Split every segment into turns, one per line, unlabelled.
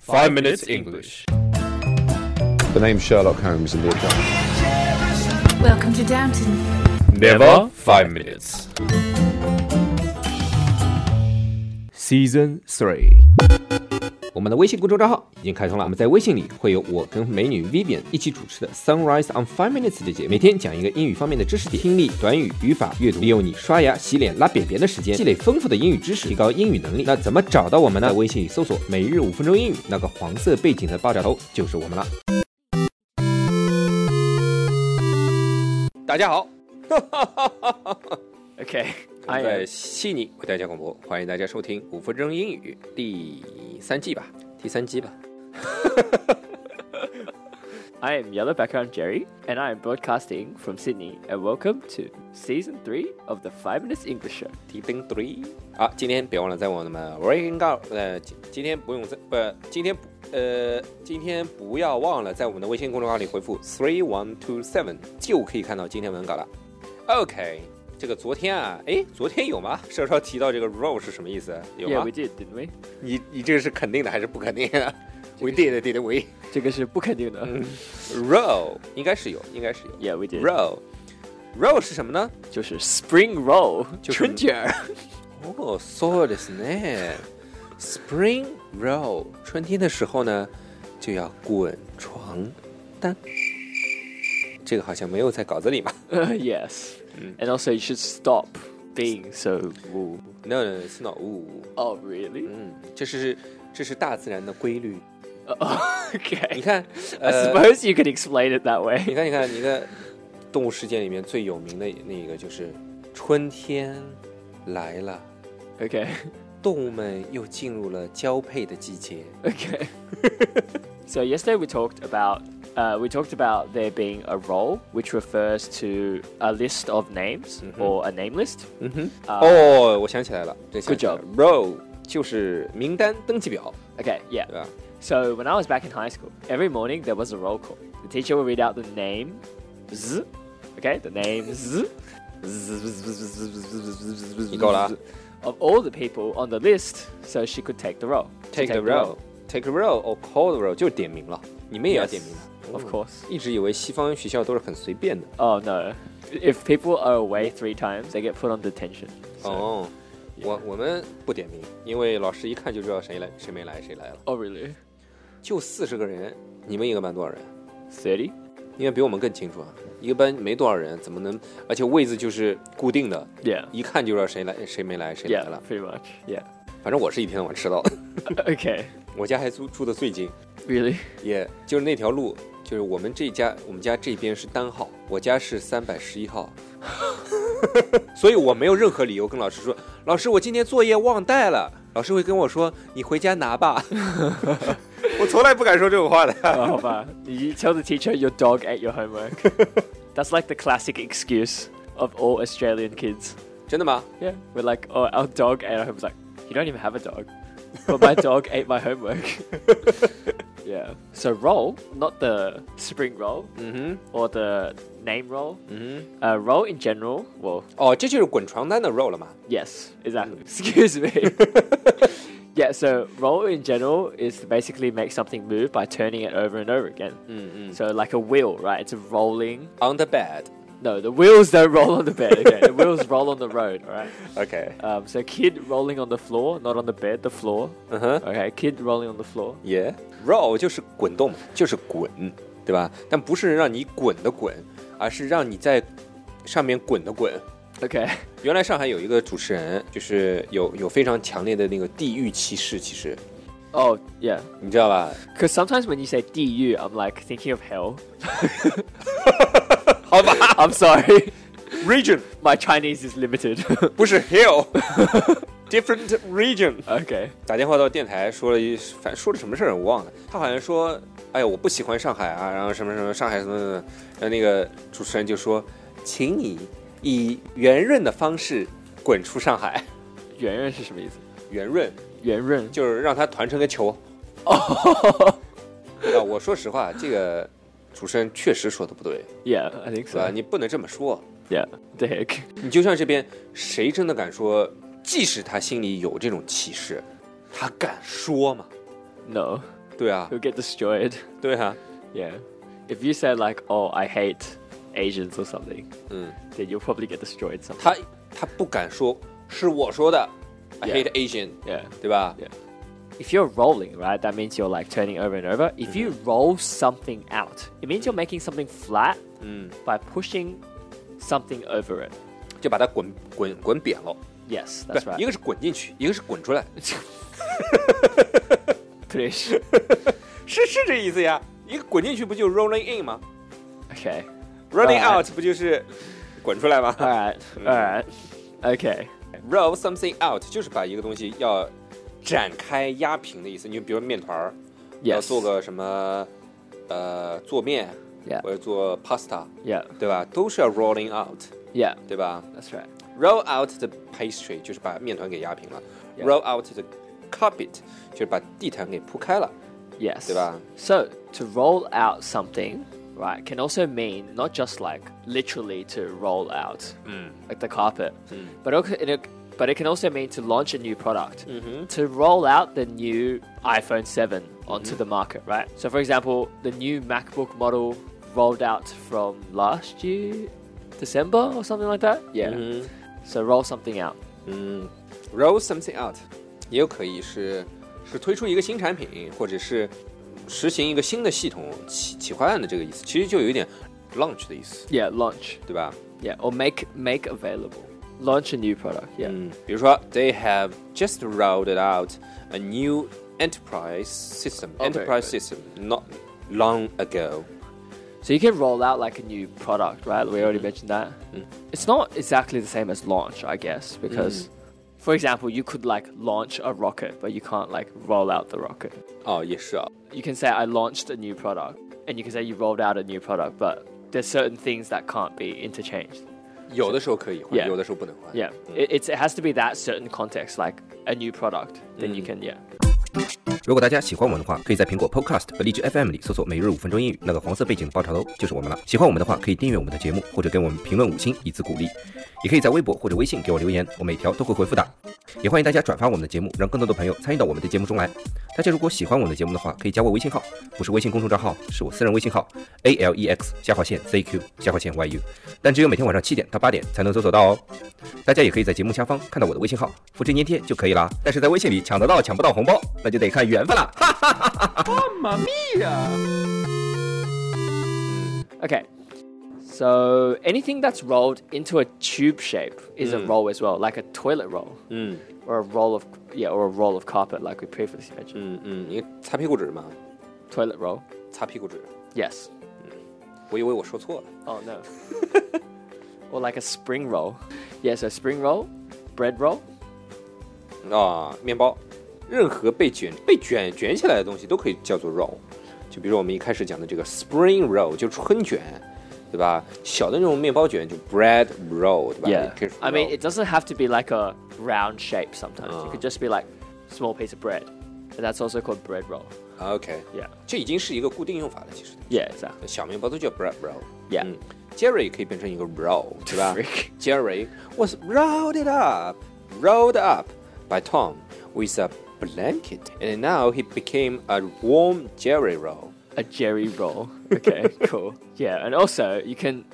Five Minutes English.
The name Sherlock Holmes in the account.
Welcome to Downton.
Never five minutes.
Season Three，
我们的微信公众账号已经开通了，我们在微信里会有我跟美女 Vivian 一起主持的 Sunrise on Five Minutes 的节目，每天讲一个英语方面的知识点，听力、短语、语法、阅读，利用你刷牙、洗脸、拉便便的时间，积累丰富的英语知识，提高英语能力。那怎么找到我们呢？在微信里搜索“每日五分钟英语”，那个黄色背景的爆炸头就是我们了。大家好，
OK，
我
哎呀
在悉尼为大家广播，欢迎大家收听五分钟英语第三季吧，第三季吧。
I am Yellow Background Jerry, and I am broadcasting from Sydney. And welcome to Season Three of the Five Minutes English Show.
t 冰 three。好，今天别忘了在我们 Working g o 呃，今今天不用在不、今天不呃，今天不要忘了在我们的微信公众号里回复 three one two seven 就可以看到今天文稿了。OK，这个昨天啊，哎，昨天有吗？稍稍提到这个 roll 是什么意思？有
Yeah,
吗
we？did, didn't we?
你你这个是肯定的还是不肯定啊？We did, did we?
这个是不肯定的。
Roll 应该是有，应该是有。
Yeah, we did.
Roll roll 是什么呢？
就是 Spring Roll，
就是
春卷儿。
哦，そうですね。Spring roll，春天的时候呢，就要滚床单。这个好像没有在稿子里嘛。
yes. And also, you should stop being so. Woo.
No, no, it's not. 呜、
Oh, really?
嗯，这是这是大自然的规律。你
Okay. uh,
看，
I
呃，
suppose you could explain it that
你
way.
看，你看，你看，《动物世界》里面最有名的那个就是春天来了，
Okay.
动物们又进入了交配的季节。
Okay. so yesterday we talked about uh, we talked about there being a role which refers to a list of names or a name list.
嗯哼，
啊
哦，我想起来了，对，想起来了
Good
roll 就是名单登记表，
Okay, yeah.
对吧？
So when I was back in high school, every morning there was a roll call. The teacher would read out the name, z, okay, the name z,
你够了啊。
of all the people on the list, so she could take the roll.
take the roll, take the roll or call the roll 就是点名了，你们也要点名的
Of course.
一直以为西方学校都是很随便的
Oh no. If people are away three times, they get put on detention. So-
哦。我我们不点名，因为老师一看就知道谁来谁没来谁来了。
Oh, really?
就四十个人，你们一个班多少人？
30?
应该比我们更清楚啊！一个班没多少人，怎么能？而且位子就是固定的，
Yeah.
一看就知道谁来谁没来谁来
Yeah,
了。
pretty much. Yeah.
反正我是一天到晚迟到的，
Okay.
我家还住住的最近，
Really?
也、就是那条路，就是我们这家，我们家这边是单号，我家是三百十一号， 所以我没有任何理由跟老师说，老师我今天作业忘带了，老师会跟我说你回家拿吧， 我从来不敢说这种话的。
Oh, man. You tell the teacher your dog ate your homework. That's like the classic excuse of all Australian kids.
真的吗？
Yeah. We're like, oh, our dog ate our homework. It's like, you don't even have a dog. But my dog ate my homework. yeah. So roll, not the spring roll
嗯
or the name roll.
哼，嗯
Uh, roll in general, well,
哼，哦，这就是滚床单的 roll 了嘛？
Yes, exactly. Excuse me. yeah, so roll in general is to basically make something move by turning it over and over again.
嗯嗯
So like a wheel, right? It's rolling.
，on the bed。
No, the wheels don't roll on the bed. Okay, the wheels roll on the road. All right.
OK，
Um, so kid rolling on the floor, not on the bed, the floor.
嗯哼。
Okay, kid rolling on the floor.
耶、roll 就是滚动，就是滚，对吧？但不是让你滚的滚，而是让你在上面滚的滚。
Okay.
原来上海有一个主持人，就是有有非常强烈的那个地域歧视，其实
Oh yeah.
你知道吧？
Because sometimes when you say DU, I'm like thinking of hell.
好吧
I'm sorry.
，region
My Chinese is limited.
不是 hill，different region。
okay.
打电话到电台说了一，反正说了什么事儿我忘了。他好像说，哎呀，我不喜欢上海啊，然后什么什么上海什么什么，然后那个主持人就说，请你以圆润的方式滚出上海。
圆润是什么意思？圆润。
圆润就是让它团成个 球。啊，我说实话，这个主持人确实说的不对，
Yeah, I think
是吧？
so.
你不能这么说。
Yeah, the heck.
你就像这边，谁真的敢说？即使他心里有这种歧视，他敢说吗？
No.
对啊
He'll，get destroyed.
对啊，
Yeah. If you say like, "Oh, I hate Asians" or something,
嗯，
then you'll probably get destroyed. Some.
他他不敢说是我说的，I
Yeah.
hate Asian，
Yeah.
对吧
Yeah.？If you're rolling, right, that means you're like turning over and over. If you roll something out, it means you're making something flat by pushing something over it.
就把它滚滚滚扁了。
Yes,
对
that's，right.
一个是滚进去，一个是滚出来，
British.
是是这意思呀？一个滚进去不就是 rolling in 吗
Okay.
？rolling
Alright.
out 不就是滚出来吗
All right. All right. Okay.
roll something out 就是把一个东西要展开压平的意思。你比如面团儿，要
Yes.
做个什么呃做面
Yeah.
或者做 pasta，
Yeah.
对吧？都是要 rolling out，
Yeah.
对吧
That's right.
？roll out the pastry 就是把面团给压平了
Yeah.
roll out the carpet 就是把地毯给铺开了，
Yes.
对吧？
So to roll out something, right, can also mean not just like literally to roll out, like the carpet, but okay, it, but it can also mean to launch a new product, to roll out the new iPhone Seven onto the market, right? So for example, the new MacBook model rolled out from last year, December or something like that. Yeah. So roll something out.
roll something out，也有可以是是推出一个新产品，或者是实行一个新的系统企企划案的这个意思，其实就有一点 launch 的意思，
Yeah, launch.
对吧？
Yeah, or make make available. Launch a new product. Yeah.
嗯，比如说 they have just rolled out a new enterprise system, enterprise system not long ago。
So you can roll out like a new product, right? We already mentioned that. It's not exactly the same as launch, I guess, because for example, you could like launch a rocket, but you can't like roll out the rocket.
哦，也是啊，
You can say I launched a new product, and you can say you rolled out a new product, but there's certain things that can't be interchanged.
有的时候可以换
Yeah.
有的时候不能换。
Yeah, it, it's, it has to be that certain context, like a new product. Then you can yeah.
如果大家喜欢我们的话，可以在苹果 Podcast 和荔枝 FM 里搜索“每日五分钟英语”，那个黄色背景的爆炒头就是我们了。喜欢我们的话，可以订阅我们的节目，或者给我们评论五星以资鼓励。也可以在微博或者微信给我留言，我每条都会回复的。也欢迎大家转发我们的节目，让更多的朋友参与到我们的节目中来。大家如果喜欢我们的节目的话，可以加我微信号，不是微信公众账号，是我私人微信号 a l e x 下划线 z q 下划线 y u，但只有每天晚上七点到八点才能搜索到哦。大家也可以在节目下方看到我的微信号，复制粘贴就可以啦。但是在微信里抢得到抢不到红包，那就得看缘分了。
Okay. So anything that's rolled into a tube shape is a roll as well, like a toilet roll.
嗯
or a roll of yeah, or a roll of carpet like we previously mentioned.
嗯嗯，你擦屁股纸嘛，
Toilet roll.
擦屁股纸，
Yes.
我以为我说错了。
Oh no. or like a spring roll. Yeah, so spring roll, bread roll.
啊，面包，任何被卷被卷卷起来的东西都可以叫做 roll。就比如我们一开始讲的这个 spring roll，就春卷，对吧？小的那种面包卷就 bread roll，对吧
Yeah.
也可以说
I mean,
roll
it doesn't have to be like a round shape. Sometimes it could just be like small piece of bread, and that's also called bread roll.
啊 OK，
Yeah.
这已经是一个固定用法了，其实
Yeah, exactly.
小面包都叫 bread roll。
Yeah.
嗯，Jerry 可以变成一个 roll，对吧
Freak
？Jerry was rolled it up, rolled up by Tom with a blanket, and now he became a warm Jerry roll.
A jerry roll. Okay, cool. Yeah, and also you can.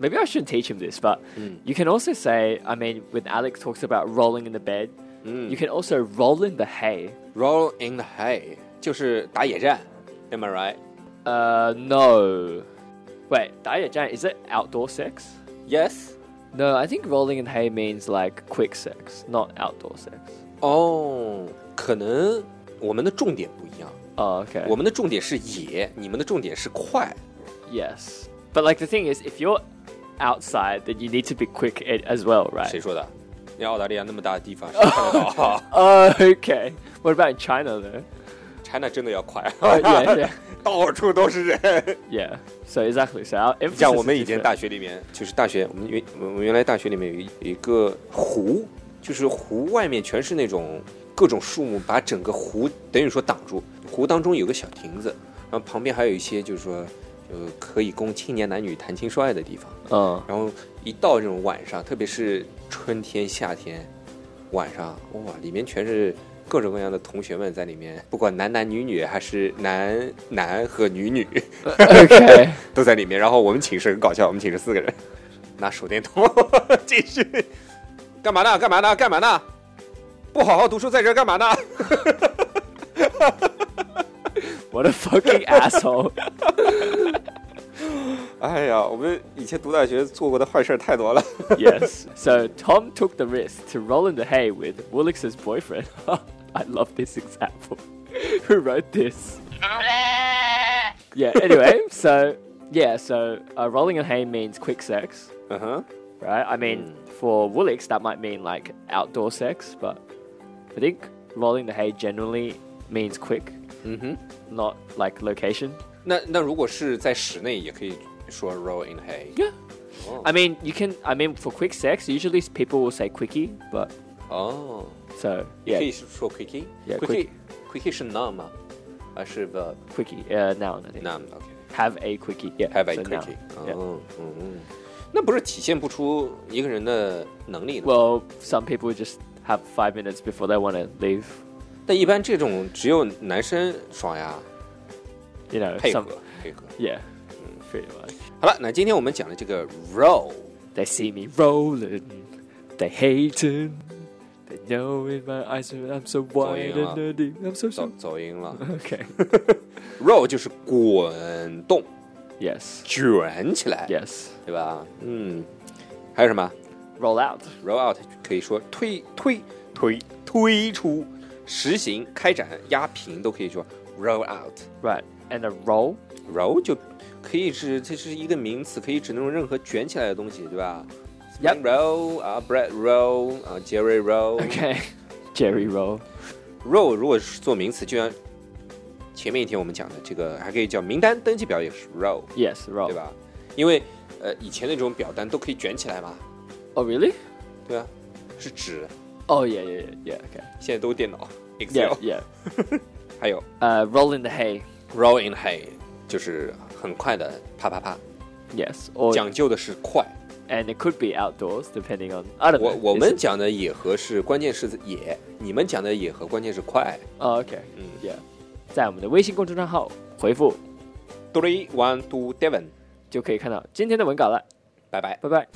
Maybe I shouldn't teach him this, but you can also say, I mean, when Alex talks about rolling in the bed, you can also roll in the hay.
Roll in the hay 就是打野战，Am I right?
Uh, no. Wait, Diet Giant, is it outdoor sex?
Yes.
No, I think rolling in hay means like quick sex, not outdoor sex.
哦、可能我们的重点不一样，
Oh, okay.
我们的重点是野，你们的重点是快。
yes. But like the thing is, if you're outside, then you need to be quick a- as well,
谁
right?
说的？你澳大利亚那么大的地方，谁看得到啊
Oh, okay. What about in China though?
？China 真的要快，
But yeah, yeah.
到处都是人。
Yeah. So exactly. So our emphasis
像我
is
们以前
different.
大学里面，就是大学，我们原我们原来大学里面有一有一个湖，就是湖外面全是那种各种树木，把整个湖等于说挡住。湖当中有个小亭子，然后旁边还有一些就是说，呃，可以供青年男女谈情说爱的地方。
Oh.
然后一到这种晚上，特别是春天、夏天晚上，哇，里面全是各种各样的同学们在里面，不管男男女女还是男男和女 女
OK，
都在里面。然后我们寝室很搞笑，我们寝室四个人 拿手电筒进去，干嘛呢？干嘛呢？干嘛呢？不好好读书，在这儿干嘛呢？
what a fucking asshole！
哎呀，我们以前读大学做过的坏事儿太多了。
yes. So Tom took the risk to roll in the hay with Woolix's boyfriend. I love this example. Who wrote this? yeah. Anyway, so yeah, so uh, rolling in hay means quick sex,
嗯哼，
right? I mean, for Woolix that might mean like outdoor sex, but I think rolling the hay generally means quick,
嗯哼。
not like location.
那那如果是在室内，也可以说 roll in hay。
Yeah. I mean, you can. I mean, for quick sex, usually people will say quickie, but
哦，
so
也可以
yeah,
说 quickie。
Yeah,
quickie quickie 是 noun 吗？还是 verb
quickie uh, noun. I think.
noun？OK。
Have a quickie. Yeah.
Have a
so now,
quickie。Oh.
yeah.
嗯嗯嗯，那不是体现不出一个人的能力的吗。
Well, some people just have five minutes before they want to leave.
但一般这种只有男生爽呀，
You know,
配合
some.
配合。
Yeah.
Hmm.
Pretty much.
好了，那今天我们讲的这个 roll，
They see me rolling. They hating. They know in my eyes that I'm so wide
yeah.
and nerdy. I'm so
走
so.
走音了
Okay.
，roll 就是滚动、
yes.
卷起来
Yes.
对吧？嗯，还有什么？
Roll out.
roll out 可以说推推推推出、实行、开展、压平都可以说 roll out。
Right. And a roll.
roll 就可以指这是一个名词，可以指那种任何卷起来的东西，对吧
Yep
roll 啊，bread roll 啊，Jerry roll。
Okay. Jerry roll.
roll 如果是做名词，就像前面一天我们讲的这个，还可以叫名单登记表也是 roll，
Yes.
对
Roll.
吧？因为呃以前那种表单都可以卷起来嘛，
Oh really?
对吧？是纸，
Oh yeah yeah yeah yeah. Okay.
现在都是电脑 Excel，
Yeah yeah.
还有
Uh, roll in the hay.
roll in hay 就是很快的啪啪啪，
Yes. Or
讲究的是快。
and it could be outdoors depending on. I don't
我
know.
我
Is
们
it-
讲的也和是关键是也，你们讲的也和关键是快。
哦，OK，
嗯
Oh, ，Yeah，在我们的微信公众账号回复
Three one two Devon，
就可以看到今天的文稿了，
拜拜。
拜拜。